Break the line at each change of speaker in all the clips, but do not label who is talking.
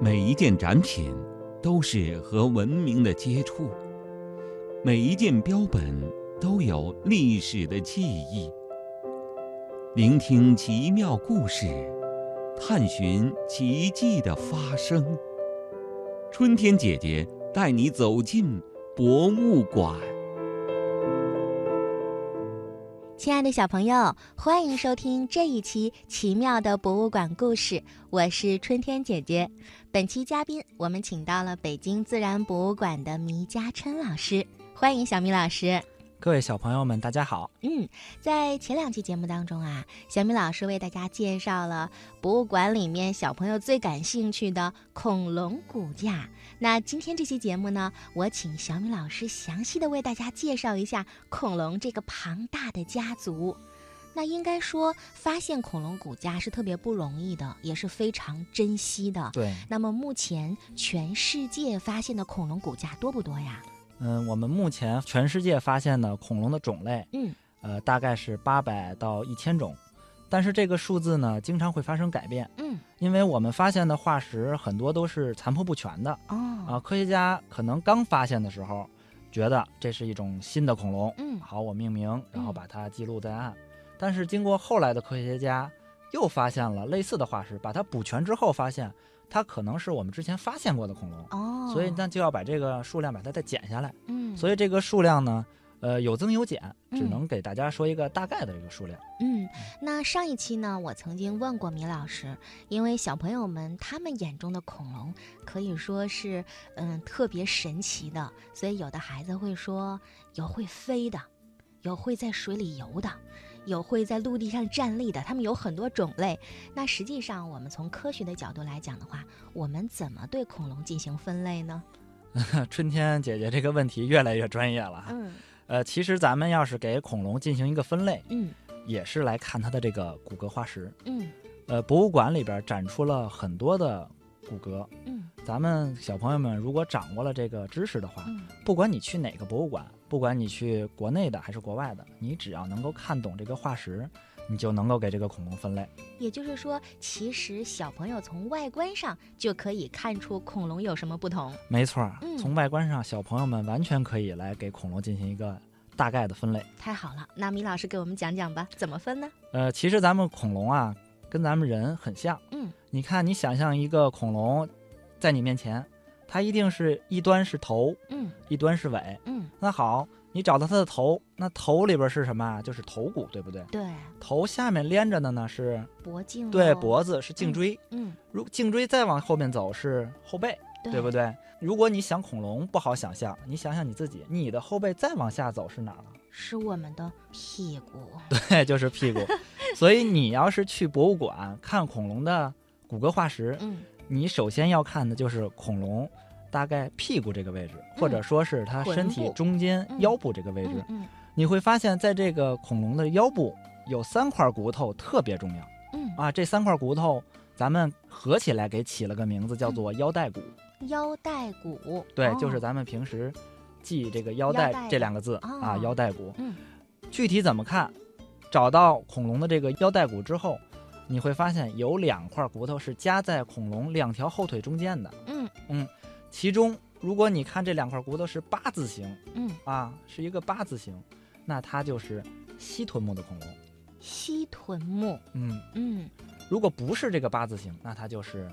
每一件展品都是和文明的接触，每一件标本都有历史的记忆。聆听奇妙故事，探寻奇迹的发生。春天姐姐带你走进博物馆。
亲爱的小朋友，欢迎收听这一期《奇妙的博物馆故事》，我是春天姐姐。本期嘉宾我们请到了北京自然博物馆的米家琛老师，欢迎小米老师。
各位小朋友们，大家好。
嗯，在前两期节目当中啊，小米老师为大家介绍了博物馆里面小朋友最感兴趣的恐龙骨架。那今天这期节目呢，我请小米老师详细的为大家介绍一下恐龙这个庞大的家族。那应该说，发现恐龙骨架是特别不容易的，也是非常珍惜的。
对，
那么目前全世界发现的恐龙骨架多不多呀？
嗯，我们目前全世界发现的恐龙的种类，
嗯，
呃，大概是八百到一千种，但是这个数字呢，经常会发生改变，
嗯，
因为我们发现的化石很多都是残破不全的
哦，
啊。科学家可能刚发现的时候，觉得这是一种新的恐龙，
嗯
好，我命名，然后把它记录在案。但是经过后来的科学家又发现了类似的化石，把它补全之后，发现它可能是我们之前发现过的恐龙。
哦，
所以那就要把这个数量把它再减下来。
嗯，
所以这个数量呢，呃，有增有减，只
嗯
能给大家说一个大概的一个数量。
嗯，那上一期呢，我曾经问过米老师，因为小朋友们他们眼中的恐龙可以说是嗯特别神奇的，所以有的孩子会说有会飞的，有会在水里游的，有会在陆地上站立的，他们有很多种类。那实际上，我们从科学的角度来讲的话，我们怎么对恐龙进行分类呢？
春天姐姐这个问题越来越专业了哈。
嗯
呃，其实咱们要是给恐龙进行一个分类，
嗯
也是来看它的这个骨骼化石。
嗯
呃，博物馆里边展出了很多的骨骼。
嗯
咱们小朋友们如果掌握了这个知识的话，
嗯
不管你去哪个博物馆，不管你去国内的还是国外的，你只要能够看懂这个化石，你就能够给这个恐龙分类。
也就是说，其实小朋友从外观上就可以看出恐龙有什么不同。
没错儿
嗯，
从外观上，小朋友们完全可以来给恐龙进行一个大概的分类。
太好了，那米老师给我们讲讲吧，怎么分呢？
呃，其实咱们恐龙啊，跟咱们人很像。
嗯，
你看，你想象一个恐龙在你面前，它一定是一端是头，
嗯
一端是尾。
嗯，
那好，你找到它的头，那头里边是什么啊？就是头骨，对不对？
对，
头下面连着的呢是
脖颈、哦
对，脖子是颈椎，
嗯，
如颈椎再往后面走是后背。
对，
对不？对？如果你想恐龙不好想象，你想想你自己，你的后背再往下走是哪儿了？
是我们的屁股。
对， 就是屁股。所以你要是去博物馆看恐龙的骨骼化石，
嗯
你首先要看的就是恐龙大概屁股这个位置，或者说是它
臀
身体
部
中间
嗯
腰部这个位置
嗯。嗯
你会发现在这个恐龙的腰部有三块骨头特别重要
嗯
啊，这三块骨头咱们合起来给起了个名字，叫做腰带骨。
腰带骨。
对，
哦
就是咱们平时记这个
腰
腰带
带
这两个字啊
哦，
腰带骨。
嗯
具体怎么看？找到恐龙的这个腰带骨之后，你会发现有两块骨头是夹在恐龙两条后腿中间的。
嗯
其中，如果你看这两块骨头是八字形
嗯，
啊，是一个八字形，那它就是蜥臀目的恐龙。
蜥臀目。
嗯，
嗯，
如果不是这个八字形，那它就是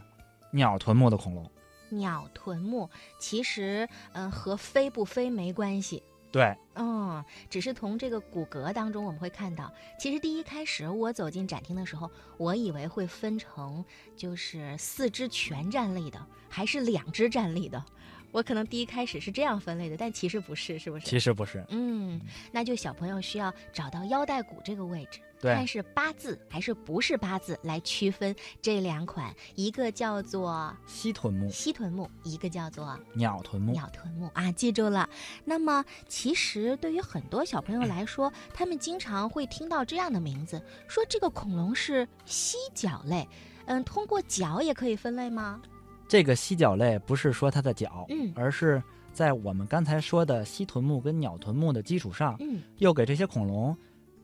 鸟臀目的恐龙。
鸟臀目其实嗯、呃和飞不飞没关系，
对，
嗯，只是从这个骨骼当中我们会看到，其实第一开始我走进展厅的时候，我以为会分成就是四肢全站立的，还是两只站立的，我可能第一开始是这样分类的，但其实不是，是不是？
其实不是。
嗯，那就小朋友需要找到腰带骨这个位置，
对
看是八字还是不是八字来区分这两款，一个叫做
蜥臀目、
蜥臀目，一个叫做
鸟臀目，
鸟臀目啊，记住了。那么，其实对于很多小
嗯
朋友来说，他们经常会听到这样的名字，说这个恐龙是蜥脚类。嗯，通过脚也可以分类吗？
这个蜥脚类不是说它的脚，
嗯
而是在我们刚才说的蜥臀目跟鸟臀目的基础上，
嗯
又给这些恐龙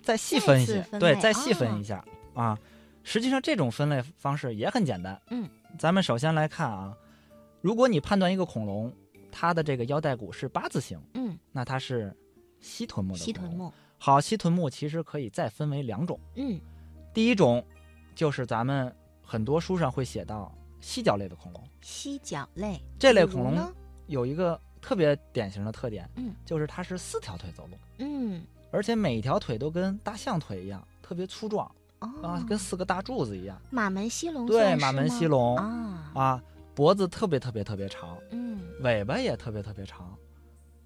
再细
再
分一
次
些，
分
对，
类
再细
哦
分一下、啊啊。实际上，这种分类方式也很简单。
嗯，
咱们首先来看啊，如果你判断一个恐龙，它的这个腰带骨是八字形，
嗯，
那它是西臀目的
西臀
恐龙。
目，
好，西臀目其实可以再分为两种，
嗯
第一种就是咱们很多书上会写到犀角类的恐龙，
犀角类
这类
比如
恐龙
呢，
有一个特别典型的特点，
嗯，
就是它是四条腿走路，
嗯
而且每一条腿都跟大象腿一样，特别粗壮啊
哦，，
跟四个大柱子一样。
马门溪龙
对，
算
马
是
门
吗
溪龙
啊，
啊，脖子特别特别特别长，
嗯
尾巴也特别特别长。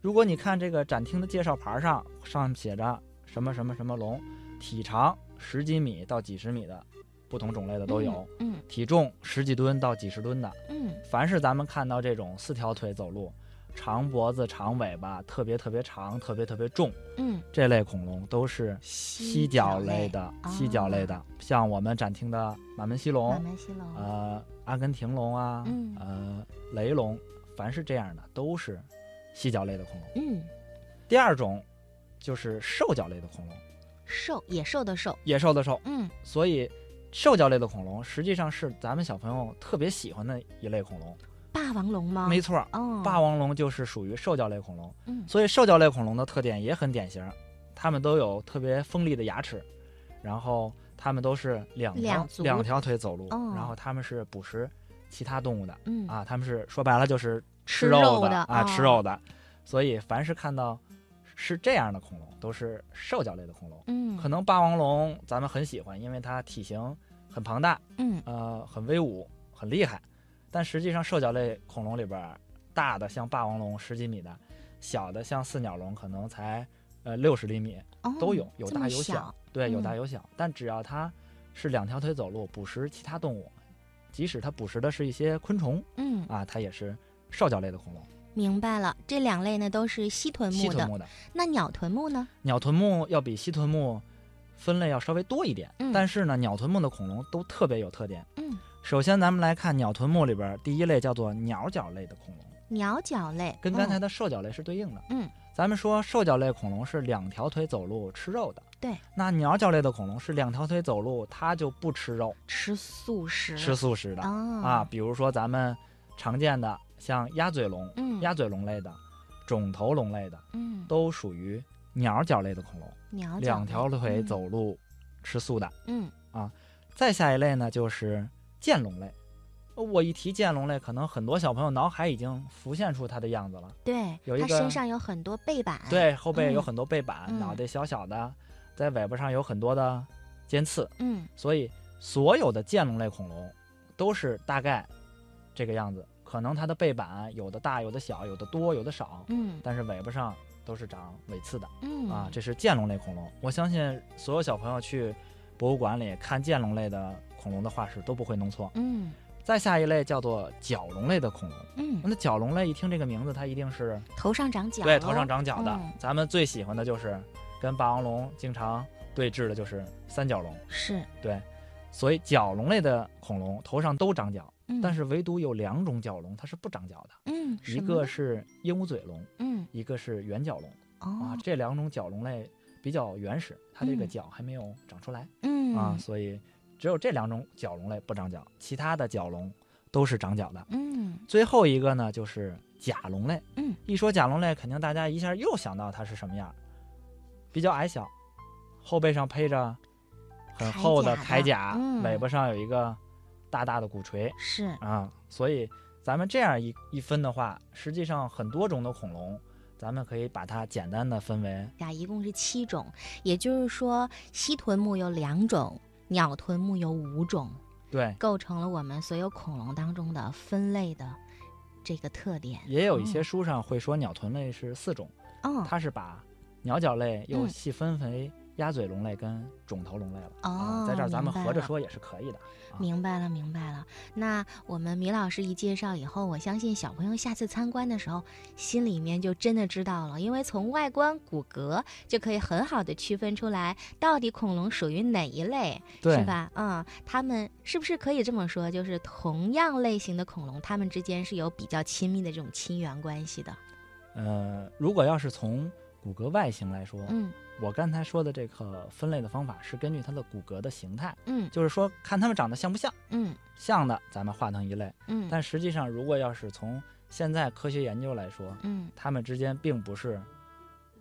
如果你看这个展厅的介绍牌上，上面写着什么什么什么龙，体长十几米到几十米的，不同种类的都有；
嗯
体重十几吨到几十吨的。
嗯
凡是咱们看到这种四条腿走路、长脖子、长尾巴、特别特别长、特别特别重
嗯，
这类恐龙，都是
犀
犀角类的。犀角类的，像我们展厅的马门犀龙、
马门溪龙，
呃，阿根廷龙啊，
嗯
呃，雷龙，凡是这样的都是犀角类的恐龙。
嗯，
第二种就是兽脚类的恐龙，
兽野兽的兽，
野兽的兽，
嗯
所以兽脚类的恐龙实际上是咱们小朋友特别喜欢的一类恐龙。
霸王龙吗？
没错儿，
哦，
霸王龙就是属于兽脚类恐龙，
嗯
所以兽脚类恐龙的特点也很典型，它们都有特别锋利的牙齿，然后它们都是两条
两
两
足
条腿走路，
哦
然后它们是捕食其他动物的。
嗯
啊，他们是说白了就是
吃
肉
肉的
啊，吃
哦
肉的。所以凡是看到是这样的恐龙，都是兽脚类的恐龙。
嗯
可能霸王龙咱们很喜欢，因为它体型很庞大，
嗯
呃，很威武，很厉害。但实际上，兽脚类恐龙里边儿，大的像霸王龙十几米的，小的像四鸟龙可能才呃六十厘米，
哦
都有，有
这么
大有
小，
小，对，有大
嗯
有小。但只要它是两条腿走路，捕食其他动物，即使它捕食的是一些昆虫
嗯，
啊，它也是兽脚类的恐龙，
明白了。这两类呢都是西臀
蜥
目
臀
的，
目的。
那鸟臀目呢？
鸟臀目要比蜥臀目分类要稍微多一点，
嗯
但是呢，鸟臀目的恐龙都特别有特点。
嗯，
首先，咱们来看鸟臀目里边儿第一类叫做鸟脚类的恐龙，
鸟脚类，
跟刚才
嗯
的兽脚类是对应的。
嗯，
咱们说兽脚类恐龙是两条腿走路吃肉的，
对。
那鸟脚类的恐龙是两条腿走路，它就不吃肉，
吃素食，
吃素食的、
啊
啊。，比如说咱们常见的像鸭嘴龙、
嗯，
鸭嘴龙类的、肿头龙类的，
嗯
都属于鸟脚类的恐龙。
鸟脚
两
类
条腿，走路、吃素的。
嗯
再下一类呢，就是剑龙类。呃我一提剑龙类，可能很多小朋友脑海已经浮现出它的样子了
嗯。对，
有一
它
个
身上有很多背板，，
对，后背有
嗯
很多背板，
嗯
脑袋小小的，在尾巴上有很多的尖刺，
嗯
所以所有的剑龙类恐龙都是大概这个样子。可能它的背板有的大，有的小，有的多，有的少，
嗯
但是尾巴上都是长尾刺的。
嗯
啊，这是剑龙类恐龙。我相信所有小朋友去博物馆里看剑龙类的恐龙的化石都不会弄错。
嗯
再下一类叫做角龙类的恐龙。
嗯，
那角龙类一听这个名字，它一定是
头上长角，
对头上，长角的。
嗯
咱们最喜欢的就是跟霸王龙经常对峙的就是三角龙，
是，
对。所以角龙类的恐龙头上都长角，
嗯
但是唯独有两种角龙它是不长角的，
嗯，
一
什么
个
呢
是鹦鹉嘴龙，
嗯
一个是圆角龙。啊
哦，
这两种角龙类比较原始，它这个
嗯
角还没有长出来、
嗯
啊，所以只有这两种角龙类不长角，其他的角龙都是长角的。
嗯
最后一个呢，就是甲龙类。
嗯，
一说甲龙类，肯定大家一下又想到它是什么样儿，比较矮小，后背上披着很
铠
厚的
甲
铠
的
甲，
嗯
尾巴上有一个大大的鼓槌
是，
啊，所以咱们这样一一分的话，实际上很多种的恐龙，咱们可以把它简单的分为
呀，一共是七种，也就是说，西臀目有两种，鸟臀目有五种，
对，
构成了我们所有恐龙当中的分类的这个特点。
也有一些
哦
书上会说鸟臀类是四种，
嗯，
它是把鸟脚类又
嗯
细分为鸭嘴龙类跟肿头龙类了、
哦
啊，在这儿咱们
明白
合着
了
说也是可以的。啊
明白了，明白了。那我们米老师一介绍以后，我相信小朋友下次参观的时候，心里面就真的知道了，因为从外观骨骼就可以很好的区分出来，到底恐龙属于哪一类，
对
是吧？嗯，它们是不是可以这么说，就是同样类型的恐龙，它们之间是有比较亲密的这种亲缘关系的？
呃，如果要是从骨骼外形来说，
嗯
我刚才说的这个分类的方法是根据它的骨骼的形态，
嗯
就是说看它们长得像不像，
嗯
像的咱们划成一类。
嗯，
但实际上，如果要是从现在科学研究来说，
嗯
它们之间并不是，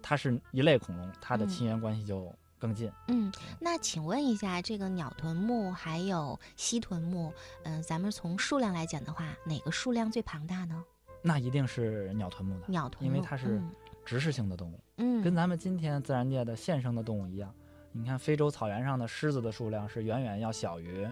它是一类恐龙，它的
嗯
亲缘关系就更近。
嗯，那请问一下，这个鸟臀目还有蜥臀目，嗯、咱们从数量来讲的话，哪个数量最庞大呢？
那一定是鸟臀目的
鸟臀目，
因为它是
嗯
直视性的动物，
嗯，
跟咱们今天自然界的现生的动物一样。你看，非洲草原上的狮子的数量是远远要小于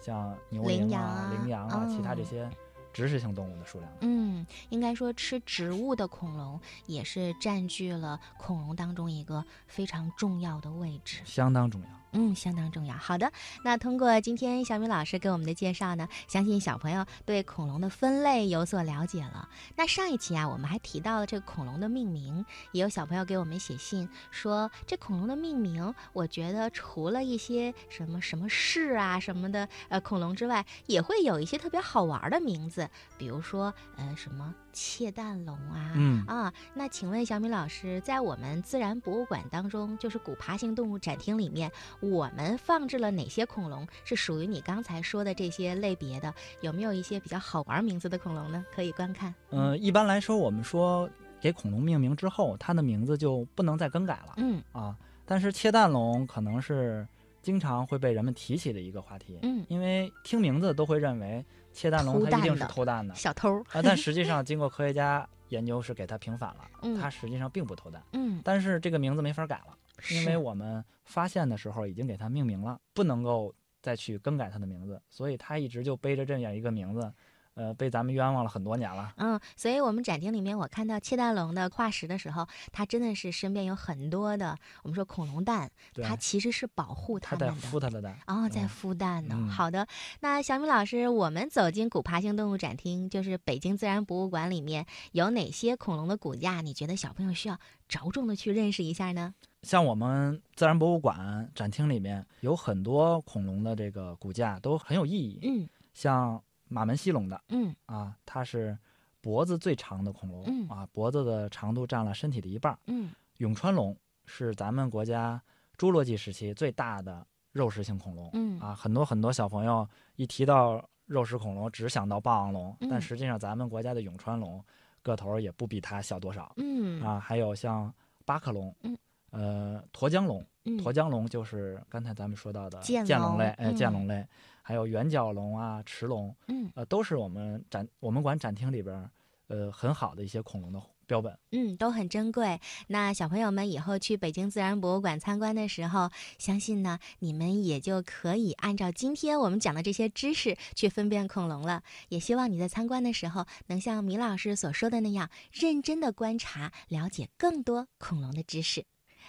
像牛
羚
羚
羊
啊
啊、
羚羊啊、其他这
嗯
些直视性动物的数量的。
嗯，应该说吃植物的恐龙也是占据了恐龙当中一个非常重要的位置。
相当重要。
嗯，相当重要。好的，那通过今天小米老师给我们的介绍呢，相信小朋友对恐龙的分类有所了解了。那上一期啊，我们还提到了这个恐龙的命名，也有小朋友给我们写信说，这恐龙的命名，我觉得除了一些什么什么氏啊什么的呃恐龙之外，也会有一些特别好玩的名字，比如说呃什么窃蛋龙啊，
嗯，
啊，那请问小米老师，在我们自然博物馆当中，就是古爬行动物展厅里面，我们放置了哪些恐龙是属于你刚才说的这些类别的？有没有一些比较好玩名字的恐龙呢？可以观看。
呃，一般来说，我们说给恐龙命名之后，它的名字就不能再更改了
嗯
啊。但是切蛋龙可能是经常会被人们提起的一个话题，
嗯，
因为听名字都会认为切蛋龙
偷
它一定
蛋的
是偷 蛋的
小偷儿。
啊，但实际上经过科学家研究是给它平反了，
嗯
它实际上并不偷蛋。
嗯，
但是这个名字没法改了，因为
是
我们发现的时候已经给它命名了，不能够再去更改它的名字，所以它一直就背着这样一个名字，呃，被咱们冤枉了很多年了。
嗯，所以我们展厅里面，我看到切蛋龙的化石的时候，它真的是身边有很多的我们说恐龙蛋，
对，
它其实是保护
它
它
在
们的
孵。它的蛋。
哦，在
嗯
孵蛋呢。
嗯
好的，那小米老师，我们走进古爬行动物展厅，就是北京自然博物馆里面有哪些恐龙的骨架？你觉得小朋友需要着重的去认识一下呢？
像我们自然博物馆展厅里面有很多恐龙的这个骨架都很有意义，
嗯
像马门溪龙的
嗯
啊，它是脖子最长的恐龙、
嗯
啊，脖子的长度占了身体的一半儿。
嗯
永川龙是咱们国家侏罗纪时期最大的肉食性恐龙、
嗯
啊，很多很多小朋友一提到肉食恐龙只想到霸王龙，
嗯
但实际上咱们国家的永川龙个头儿也不比它小多少。
嗯
啊，还有像巴克龙，
嗯
呃，沱江龙，沱
嗯
江龙就是刚才咱们说到的
剑
龙类
龙，
哎，剑
嗯
龙类，还有圆角龙啊、驰龙，
嗯
呃，都是我们展我们馆展厅里边儿，呃，很好的一些恐龙的标本。
嗯，都很珍贵。那小朋友们以后去北京自然博物馆参观的时候，相信呢你们也就可以按照今天我们讲的这些知识去分辨恐龙了。也希望你在参观的时候，能像米老师所说的那样，认真的观察，了解更多恐龙的知识。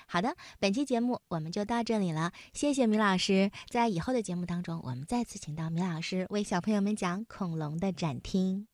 好的，本期节目我们就到这里了，谢谢米老师。在以后的节目当中，我们再次请到米老师为小朋友们讲恐龙的展厅。